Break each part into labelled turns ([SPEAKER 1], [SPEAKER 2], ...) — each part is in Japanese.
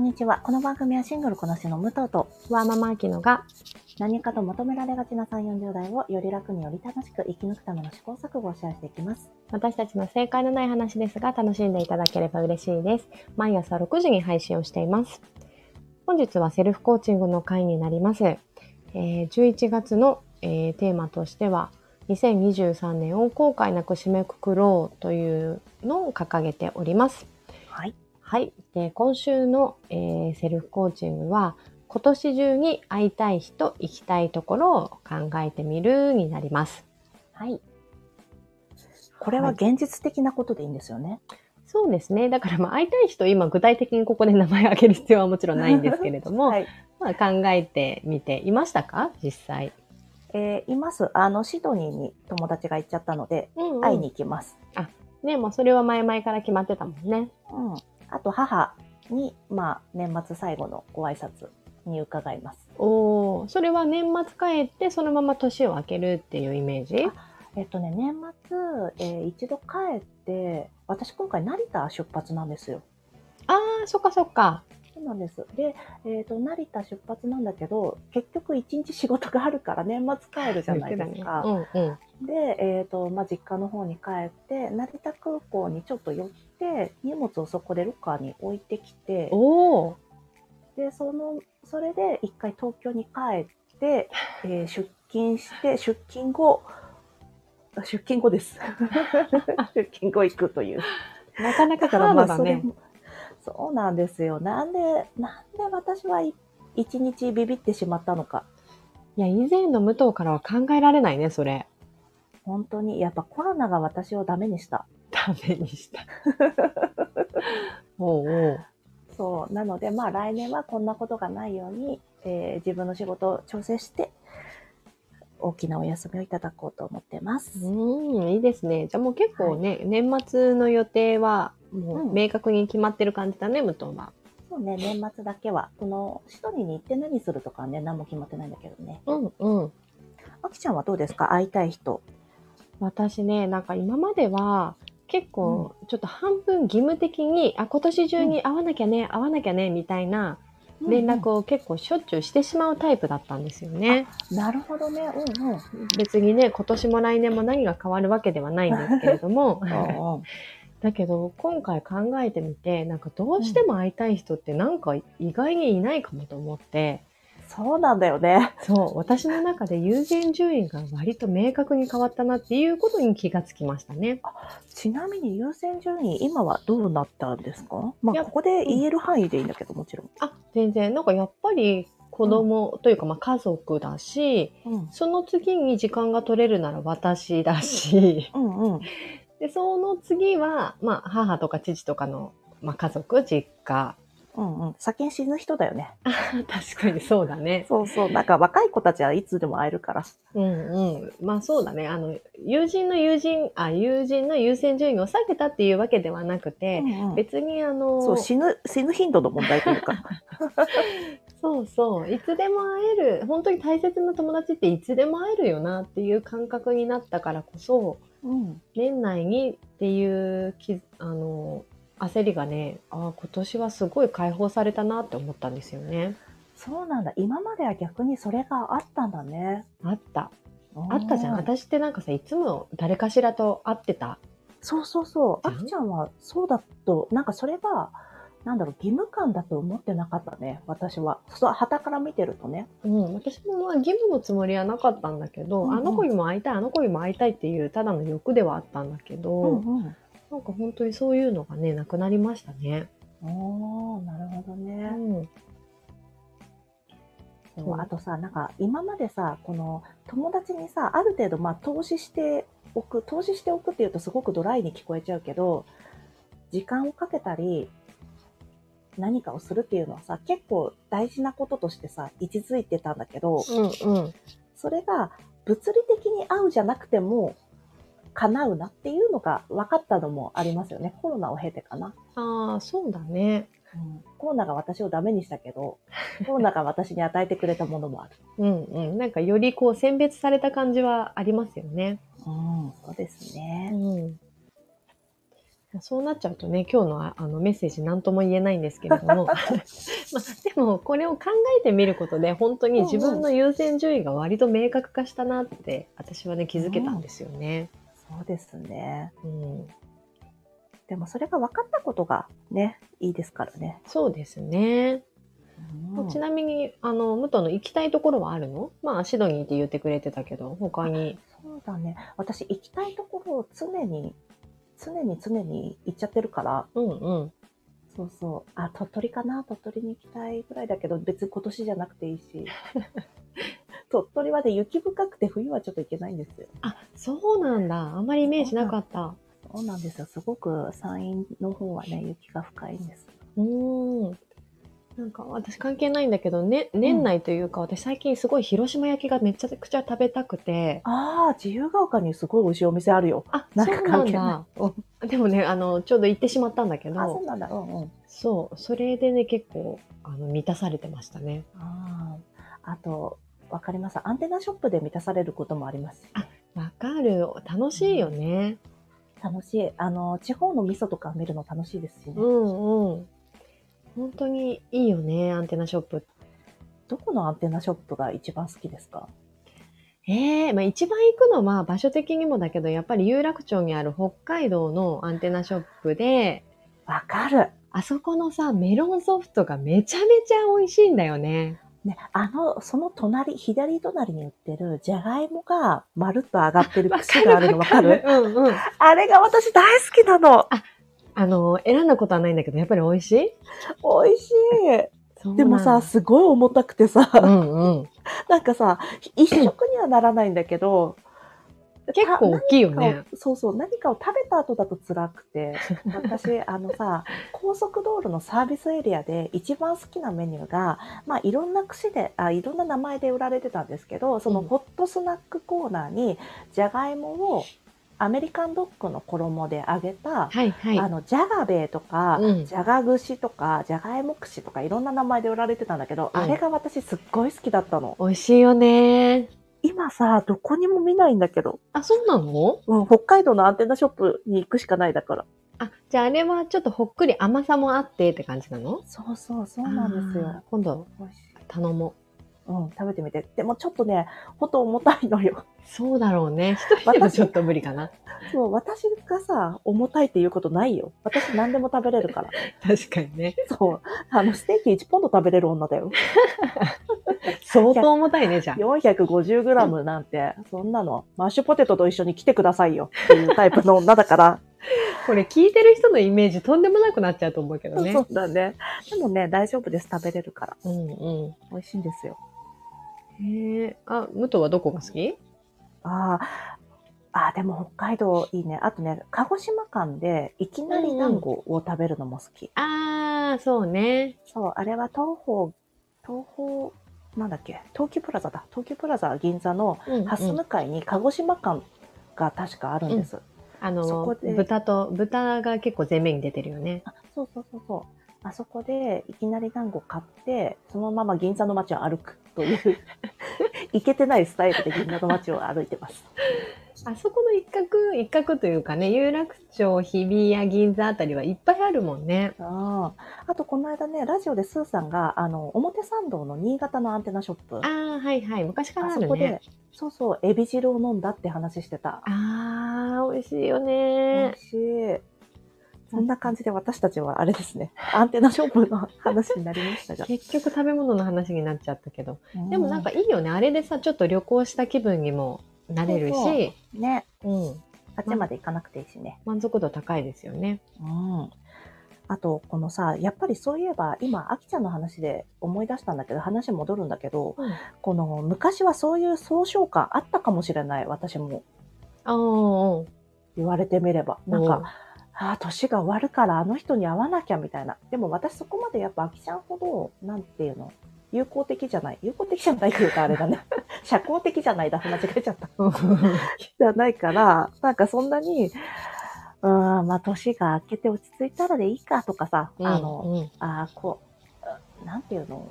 [SPEAKER 1] にちは。この番組はシングルこなしの武藤と
[SPEAKER 2] ワーママアキノが
[SPEAKER 1] 何かと求められがちな3、40代をより楽により楽しく生き抜くための試行錯誤をシェアしていきます。
[SPEAKER 2] 私たちの正解のない話ですが楽しんでいただければ嬉しいです。毎朝6時に配信をしています。本日はセルフコーチングの回になります。えー11月の、えーテーマとしては2023年を後悔なく締めくくろうというのを掲げております。
[SPEAKER 1] はい。
[SPEAKER 2] はい。で、今週の、えーセルフコーチングは、今年中に会いたい人、行きたいところを考えてみるになります。
[SPEAKER 1] はい。これは現実的なことでいいんですよね。
[SPEAKER 2] そうですね。だから、まあ、会いたい人、今具体的にここで名前を挙げる必要はもちろんないんですけれど も、
[SPEAKER 1] はい。
[SPEAKER 2] まあ、考えてみていましたか実際。
[SPEAKER 1] えーいます。あの、シドニーに友達が行っちゃったので、
[SPEAKER 2] うん、
[SPEAKER 1] 会いに行きます。
[SPEAKER 2] ね、もうそれは前々から決まってたもんね。
[SPEAKER 1] うん。あと、母に、まあ、年末最後のご挨拶に伺います。
[SPEAKER 2] おお、それは年末帰って、そのまま年を明けるっていうイメージ
[SPEAKER 1] えっとね、年末、えー一度帰って、私今回成田出発なんですよ。
[SPEAKER 2] ああ、そっかそっか。
[SPEAKER 1] そうなんです。で、えっ、と、成田出発なんだけど、結局一日仕事があるから年末帰るじゃないですか。
[SPEAKER 2] 言ってたねうん うん。
[SPEAKER 1] で、えっ、と、まあ、実家の方に帰って、成田空港にちょっと寄って、荷物をそこでロッカーに置いてきて、
[SPEAKER 2] おお、
[SPEAKER 1] で、その、それで一回東京に帰って、えー出勤して、出勤後、あ出勤後 です。出勤後行くという。
[SPEAKER 2] なかなか
[SPEAKER 1] だか
[SPEAKER 2] ハ
[SPEAKER 1] らま
[SPEAKER 2] ード
[SPEAKER 1] あ
[SPEAKER 2] だ
[SPEAKER 1] それ
[SPEAKER 2] ね。
[SPEAKER 1] も、そうなんですよ。なんで、なんで私はい一日ビビってしまったのか。
[SPEAKER 2] いや、以前の武藤からは考えられないね、それ。
[SPEAKER 1] 本当に、やっぱコロナが私をダメにした。
[SPEAKER 2] ダメに した。おうおう。
[SPEAKER 1] そう。なので、まあ来年はこんなことがないように、えー自分の仕事を調整して、大きなお休みをいただこうと思ってます。
[SPEAKER 2] うん、いいですね。じゃあもう結構ね、年末の予定は、も
[SPEAKER 1] う
[SPEAKER 2] うん明確に決まってる感じだね、武藤は。
[SPEAKER 1] そうね、年末だけは。この、シドニーに行って何するとかはね、何も決まってないんだけどね。
[SPEAKER 2] うんうん。
[SPEAKER 1] あきちゃんはどうですか会いたい人。
[SPEAKER 2] 私ね、なんか今までは、結構、ちょっと半分義務的に、あ、今年中に会わなきゃね、会わなきゃね、みたいな連絡を結構しょっちゅうしてしまうタイプだったんですよね。
[SPEAKER 1] うんうんなるほどね。うん うん。
[SPEAKER 2] 別にね、今年も来年も何が変わるわけではないんですけれど も、
[SPEAKER 1] うんうん
[SPEAKER 2] だけど今回考えてみてなんかどうしても会いたい人ってなんか意外にいないかもと思って、
[SPEAKER 1] そうなんだよね。
[SPEAKER 2] そう私の中で優先順位が割と明確に変わったなっていうことに気がつきましたね。
[SPEAKER 1] ちなみに優先順位、今はどうなったんですかま
[SPEAKER 2] い
[SPEAKER 1] あ、
[SPEAKER 2] や
[SPEAKER 1] ここで言える範囲でいいんだけど、もちろん。
[SPEAKER 2] あ全然なんかやっぱり子供というかまあ家族だし
[SPEAKER 1] うん。
[SPEAKER 2] その次に時間が取れるなら私だし
[SPEAKER 1] うんうん。
[SPEAKER 2] でその次は、まあ、母とか父とかの、まあ、家族実家
[SPEAKER 1] うんうん。先に死ぬ人だよね。
[SPEAKER 2] 確かにそうだね
[SPEAKER 1] そうそう。なんか若い子たちはいつでも会えるから。
[SPEAKER 2] うんうん。まあそうだね。あの、友人の友人、あ、友人の優先順位を下げたっていうわけではなくて、
[SPEAKER 1] うんうん
[SPEAKER 2] 別にあの、
[SPEAKER 1] そう、死ぬ、死ぬ頻度の問題というか。
[SPEAKER 2] そうそういつでも会える、本当に大切な友達っていつでも会えるよなっていう感覚になったからこそ、
[SPEAKER 1] うん。
[SPEAKER 2] 年内にっていうき、あの、焦りがね、ああ、今年はすごい解放されたなって思ったんですよね。
[SPEAKER 1] そうなんだ。今までは逆にそれがあったんだね。
[SPEAKER 2] あった。
[SPEAKER 1] あ
[SPEAKER 2] あったじゃん。私ってなんかさ、いつも誰かしらと会ってた。
[SPEAKER 1] そうそうそう。あ
[SPEAKER 2] じゃ
[SPEAKER 1] き
[SPEAKER 2] ん
[SPEAKER 1] ちゃんはそうだと、なんかそれが、なんだろう、義務感だと思ってなかったね。私は。そう、旗から見てるとね。
[SPEAKER 2] うん、私もまあ義務のつもりはなかったんだけど、
[SPEAKER 1] うんうん
[SPEAKER 2] あの子にも会いたいあの子にも会いたいっていうただの欲ではあったんだけど、
[SPEAKER 1] うん。
[SPEAKER 2] なんか本当にそういうのがねなくなりましたね。
[SPEAKER 1] おーなるほど
[SPEAKER 2] う
[SPEAKER 1] ね、
[SPEAKER 2] ん、
[SPEAKER 1] そうあとさなんか今までさこの友達にさある程度まあ投資しておく投資しておくっていうとすごくドライに聞こえちゃうけど時間をかけたり何かをするっていうのはさ結構大事なこととしてさ位置づいてたんだけど
[SPEAKER 2] うん、うん、
[SPEAKER 1] それが物理的に合うじゃなくても叶うなっていうのが分かったのもありますよねコロナを経てかな。
[SPEAKER 2] ああそうだね。
[SPEAKER 1] コロナが私をダメにしたけ ど、コロナが私に与えてくれたものもある。
[SPEAKER 2] うんうん、なんかよりこう選別された感じはありますよね。
[SPEAKER 1] うん、そうです
[SPEAKER 2] う
[SPEAKER 1] ね。
[SPEAKER 2] ん、そうなっちゃうとね、今日のああのメッセージ何とも言えないんですけれど も、まあ、でもこれを考えてみることで、本当に自分の優先順位が割と明確化したなって、私はね、気づけたんですよね。
[SPEAKER 1] そうですね。
[SPEAKER 2] うん、
[SPEAKER 1] でもそれが分かったことがね、いいですからね。
[SPEAKER 2] そうですね。
[SPEAKER 1] うん
[SPEAKER 2] ちなみに、あの、武藤の行きたいところはあるのまあ、シドニーって言ってくれてたけど、他に。
[SPEAKER 1] そうだね。私行きたいところを常に、常に常に行っちゃってるから、
[SPEAKER 2] うんうん。
[SPEAKER 1] そうそう。あ、鳥取かな鳥取に行きたいぐらいだけど、別に今年じゃなくていい し。鳥取はね、雪深くて冬はちょっと行けないんですよ。
[SPEAKER 2] あ、そうなんだ。あんまりイメージなかった。
[SPEAKER 1] そうなんですよ。すごく山陰の方はね、雪が深いんです。
[SPEAKER 2] うーん。なんか私関係ないんだけど、ね、年内というか、私最近すごい広島焼きがめちゃくちゃ食べたくて。
[SPEAKER 1] ああ、自由が丘にすごい美味しいお店あるよ。
[SPEAKER 2] あ、
[SPEAKER 1] なん
[SPEAKER 2] そう
[SPEAKER 1] か
[SPEAKER 2] な
[SPEAKER 1] 関
[SPEAKER 2] ん
[SPEAKER 1] 係
[SPEAKER 2] だ
[SPEAKER 1] な。い。うん
[SPEAKER 2] でもね、あの、ちょうど行ってしまったんだけ
[SPEAKER 1] あ、そう
[SPEAKER 2] ど、
[SPEAKER 1] なんだ。うんうん。
[SPEAKER 2] そう、それでね、結構、あの、満たされてましたね。
[SPEAKER 1] ああ。あと、わかります。アンテナショップで満たされることもあります。
[SPEAKER 2] わかる。楽しいよね。
[SPEAKER 1] 楽しい。あの、地方の味噌とか見るの楽しいですしね。
[SPEAKER 2] うんうん。本当にいいよね、アンテナショップって
[SPEAKER 1] どこのアンテナショップが一番好きですか
[SPEAKER 2] ええまあ一番行くのは場所的にもだけど、やっぱり有楽町にある北海道のアンテナショップで、
[SPEAKER 1] わかる。
[SPEAKER 2] あそこのさ、メロンソフトがめちゃめちゃ美味しいんだよね。
[SPEAKER 1] ね、あの、その隣、左隣に売ってる、じゃがいもが、まるっと上がってる串がある のわかる
[SPEAKER 2] うんうん。
[SPEAKER 1] あれが私大好きなの。
[SPEAKER 2] あの、選んだことはないんだけど、やっぱり美味しい
[SPEAKER 1] 美味し
[SPEAKER 2] そう
[SPEAKER 1] い。
[SPEAKER 2] な
[SPEAKER 1] で
[SPEAKER 2] ん
[SPEAKER 1] も
[SPEAKER 2] だ
[SPEAKER 1] さ、すごい重たくてさ、
[SPEAKER 2] うんうん。
[SPEAKER 1] なんかさ、一食にはならないんだけど、
[SPEAKER 2] 結構大きいよ
[SPEAKER 1] た
[SPEAKER 2] ね。
[SPEAKER 1] そうそう、何かを食べた後だと辛く て、私、あのさ、高速道路のサービスエリアで一番好きなメニューが、まあ、いろんな串で、あ、いろんな名前で売られてたんですけど、その
[SPEAKER 2] うん
[SPEAKER 1] ホットスナックコーナーに、じゃがいもをアメリカンドッグの衣で揚げた、
[SPEAKER 2] はいはい。
[SPEAKER 1] あの、じゃがべえとか、
[SPEAKER 2] うん
[SPEAKER 1] じゃが串とか、じゃがいも串とか、いろんな名前で売られてたんだけど、
[SPEAKER 2] うん
[SPEAKER 1] あれが私すっごい好きだったの。
[SPEAKER 2] 美味しいよね。
[SPEAKER 1] 今さ、どこにも見ないんだけど、
[SPEAKER 2] あ、そうなの
[SPEAKER 1] うん、北海道のアンテナショップに行くしかないだから。
[SPEAKER 2] あ、じゃああれはちょっとほっくり甘さもあってって感じなの
[SPEAKER 1] そうそう、そうなんです
[SPEAKER 2] あー
[SPEAKER 1] よ。。
[SPEAKER 2] 今度
[SPEAKER 1] 美味しい。
[SPEAKER 2] 頼もう。
[SPEAKER 1] うん、食べてみて。でもちょっとね、ほんと重たいのよ。
[SPEAKER 2] そうだろう ね。一人ではちょっと無理かな。
[SPEAKER 1] そう、私がさ、重たいっていうことないよ。私何でも食べれ るから。
[SPEAKER 2] 確かにね。
[SPEAKER 1] そう。あの、ステーキ1ポンド食べれる女だよ。
[SPEAKER 2] 相当重たいね、じゃあ。
[SPEAKER 1] 450g なんて、そんなの、マッシュポテトと一緒に来てくださいよっていうタイプの女だから。
[SPEAKER 2] これ聞いてる人のイメージとんでもなくなっちゃうと思うけどね。
[SPEAKER 1] そうだね。でもね、大丈夫です。食べれるから。
[SPEAKER 2] うんう
[SPEAKER 1] 美味しいんですよ。
[SPEAKER 2] ん。へえ。あ、武藤はどこが好き
[SPEAKER 1] ああ、ああ、でも北海道いいね。あとね、鹿児島間でいきなり団子を食べるのも好き。
[SPEAKER 2] あー、そうね。
[SPEAKER 1] そう、あれは東宝、東宝、なんだっけ、東急プラザだ。東急プラザ銀座の
[SPEAKER 2] うんうん
[SPEAKER 1] 蓮向かいに鹿児島間が確かあるんです。
[SPEAKER 2] あ
[SPEAKER 1] そ
[SPEAKER 2] の
[SPEAKER 1] こ、で
[SPEAKER 2] 豚と、豚が結構前面に出てるよね。
[SPEAKER 1] あそうそうそうそう。あそこでいきなり団子買って、そのまま銀座の街を歩くと いう、いけてないスタイルで銀座の街を歩いてます。
[SPEAKER 2] あそこの一角、一角というかね、有楽町、日比谷、銀座あたりはいっぱいあるもんね。
[SPEAKER 1] あああと、この間ね、ラジオでスーさんが、あの、表参道の新潟のアンテナショップ、
[SPEAKER 2] あー、はいはい。昔からあ
[SPEAKER 1] あそ
[SPEAKER 2] る
[SPEAKER 1] こ
[SPEAKER 2] ね
[SPEAKER 1] で。、そうそう、エビ汁を飲んだって話してた。
[SPEAKER 2] あー、美味しいよ
[SPEAKER 1] 美
[SPEAKER 2] ね
[SPEAKER 1] 味。しい。そんな感じで私たちはあれです ね、アンテナショップの話になりましたが。
[SPEAKER 2] 結局食べ物の話になっちゃったけど。で
[SPEAKER 1] で
[SPEAKER 2] もなんかいいよね。あれでさ、ちょっと旅行した気分にもなれる
[SPEAKER 1] そうそ
[SPEAKER 2] し、
[SPEAKER 1] ね、
[SPEAKER 2] うん。
[SPEAKER 1] あっちまで行かなくていいしね。
[SPEAKER 2] 満足度高いですよね。
[SPEAKER 1] うん。あと、このさ、やっぱりそういえば、今、あきちゃんの話で思い出したんだけど、話戻るんだけど、
[SPEAKER 2] うん
[SPEAKER 1] この、昔はそういう総称感あったかもしれない、私も
[SPEAKER 2] ああ、
[SPEAKER 1] 言われてみれば。なん
[SPEAKER 2] うん
[SPEAKER 1] か、ああ、年が終わるからあの人に会わなきゃみたいな。でも私そこまでやっぱあきちゃんほど、なんていうの、友好的じゃない。友好的じゃないっていうかあれだね。 社交的じゃないだ。間違えちゃった。じゃないから、なんかそんなに、うーん、まあ年が明けて落ち着いたらでいいかとかさ、 あの、
[SPEAKER 2] うん、
[SPEAKER 1] ああ、こう、なんていうの、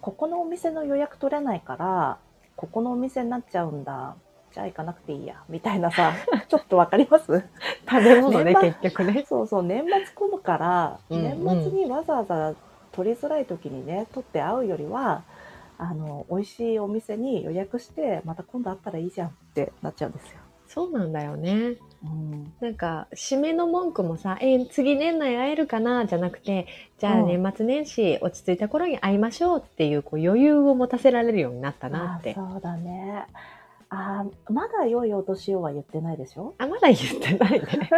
[SPEAKER 1] ここのお店の予約取れないから、ここのお店になっちゃうんだ。じゃあ行かなくていいや、みたいな さ、ちょっとわかります
[SPEAKER 2] 食べ物ね、
[SPEAKER 1] 年末
[SPEAKER 2] 結局ね。
[SPEAKER 1] そうそう、年末混むから、
[SPEAKER 2] うんうん
[SPEAKER 1] 年末にわざわざ取りづらい時にね、取って会うよりは、あの、美味しいお店に予約して、また今度会ったらいいじゃんってなっちゃうんですよ。
[SPEAKER 2] そうなんだよね。
[SPEAKER 1] うん、
[SPEAKER 2] なんか、締めの文句もさ、えー次年内会えるかな、じゃなくて、じゃあ
[SPEAKER 1] うん
[SPEAKER 2] 年末年始落ち着いた頃に会いましょうっていう、こう余裕を持たせられるようになったなって。
[SPEAKER 1] あそうだね。あーまだ良いお年をは言ってないでしょ
[SPEAKER 2] あ、まだ言ってないね。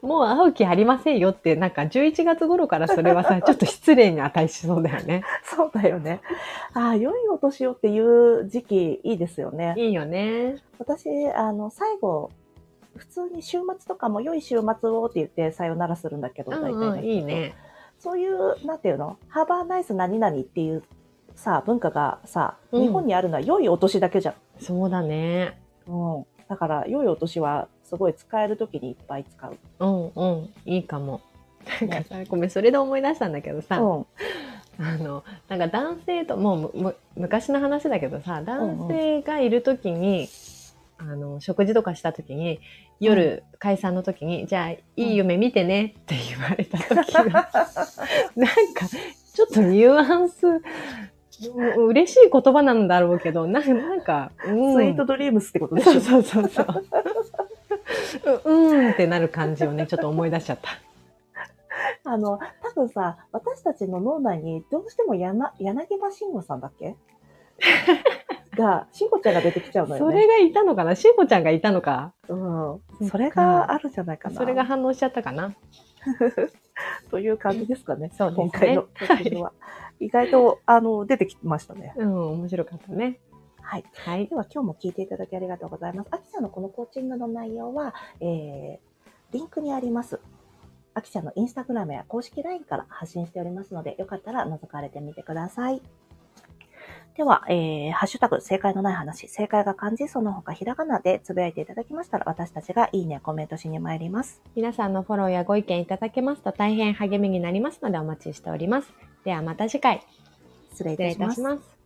[SPEAKER 2] もう会う気ありませんよって、なんか11月頃からそれは さ、ちょっと失礼に値しそうだよね。
[SPEAKER 1] そうだよね。ああ、良いお年をっていう時期いいですよね。
[SPEAKER 2] いいよね。
[SPEAKER 1] 私、あの、最後、普通に週末とかも良い週末をって言ってさよならするんだけど、
[SPEAKER 2] う
[SPEAKER 1] 大体
[SPEAKER 2] ん
[SPEAKER 1] の人
[SPEAKER 2] うん、
[SPEAKER 1] と
[SPEAKER 2] いい。ね。
[SPEAKER 1] そういう、なんていうのハーバーナイス何々っていうさ、文化がさ、
[SPEAKER 2] うん
[SPEAKER 1] 日本にあるのは良いお年だけじゃん。
[SPEAKER 2] そうだね。
[SPEAKER 1] うん。だから、良いお年はすごい使える時にいっぱい使う。
[SPEAKER 2] うんうん、いいかも。なんかさ、ごめん、それで思い出したんだけどさ、
[SPEAKER 1] うん。
[SPEAKER 2] あの、なんか男性と、もうむむ昔の話だけどさ、男性がいるときに、あの、食事とかしたときに、夜、解散のときに、じゃあ、いい夢見てねって言われたときが、 なんか、ちょっとニュアンス、う嬉しい言葉なんだろうけど、なんか、なんか、うん
[SPEAKER 1] スイートドリームスってことでしょ、
[SPEAKER 2] そうそうそうそう。 ううーんってなる感じをね、ちょっと思い出しちゃった。
[SPEAKER 1] あの、多分さ、私たちの脳内にどうしてもやな柳葉慎吾さんだっ けが、慎吾ちゃんが出てきちゃうのよ
[SPEAKER 2] そ
[SPEAKER 1] ね。
[SPEAKER 2] れがいたのかなしんこちゃんがいたのか
[SPEAKER 1] うん。それがあるんじゃないかな。
[SPEAKER 2] それが反応しちゃったかな
[SPEAKER 1] という感じですかね。
[SPEAKER 2] そうですね
[SPEAKER 1] 今回の特集は。意外と、あの、出てきましたね。
[SPEAKER 2] うん、面白かったね。
[SPEAKER 1] はい。
[SPEAKER 2] はい。
[SPEAKER 1] では今日も聞いていただきありがとうございます。あきちゃんのこのコーチングの内容は、えー、リンクにあります。あきちゃんのインスタグラムや公式 LINE から発信しておりますので、よかったら覗かれてみてください。では、えー、ハッシュタグ、正解のない話、正解が漢字、その他ひらがなでつぶやいていただきましたら、私たちがいいね、コメントしに参ります。
[SPEAKER 2] 皆さんのフォローやご意見いただけますと大変励みになりますのでお待ちしております。ではまた次回。
[SPEAKER 1] 失礼い
[SPEAKER 2] 失
[SPEAKER 1] た
[SPEAKER 2] 礼い
[SPEAKER 1] しま
[SPEAKER 2] た
[SPEAKER 1] す
[SPEAKER 2] し。ます。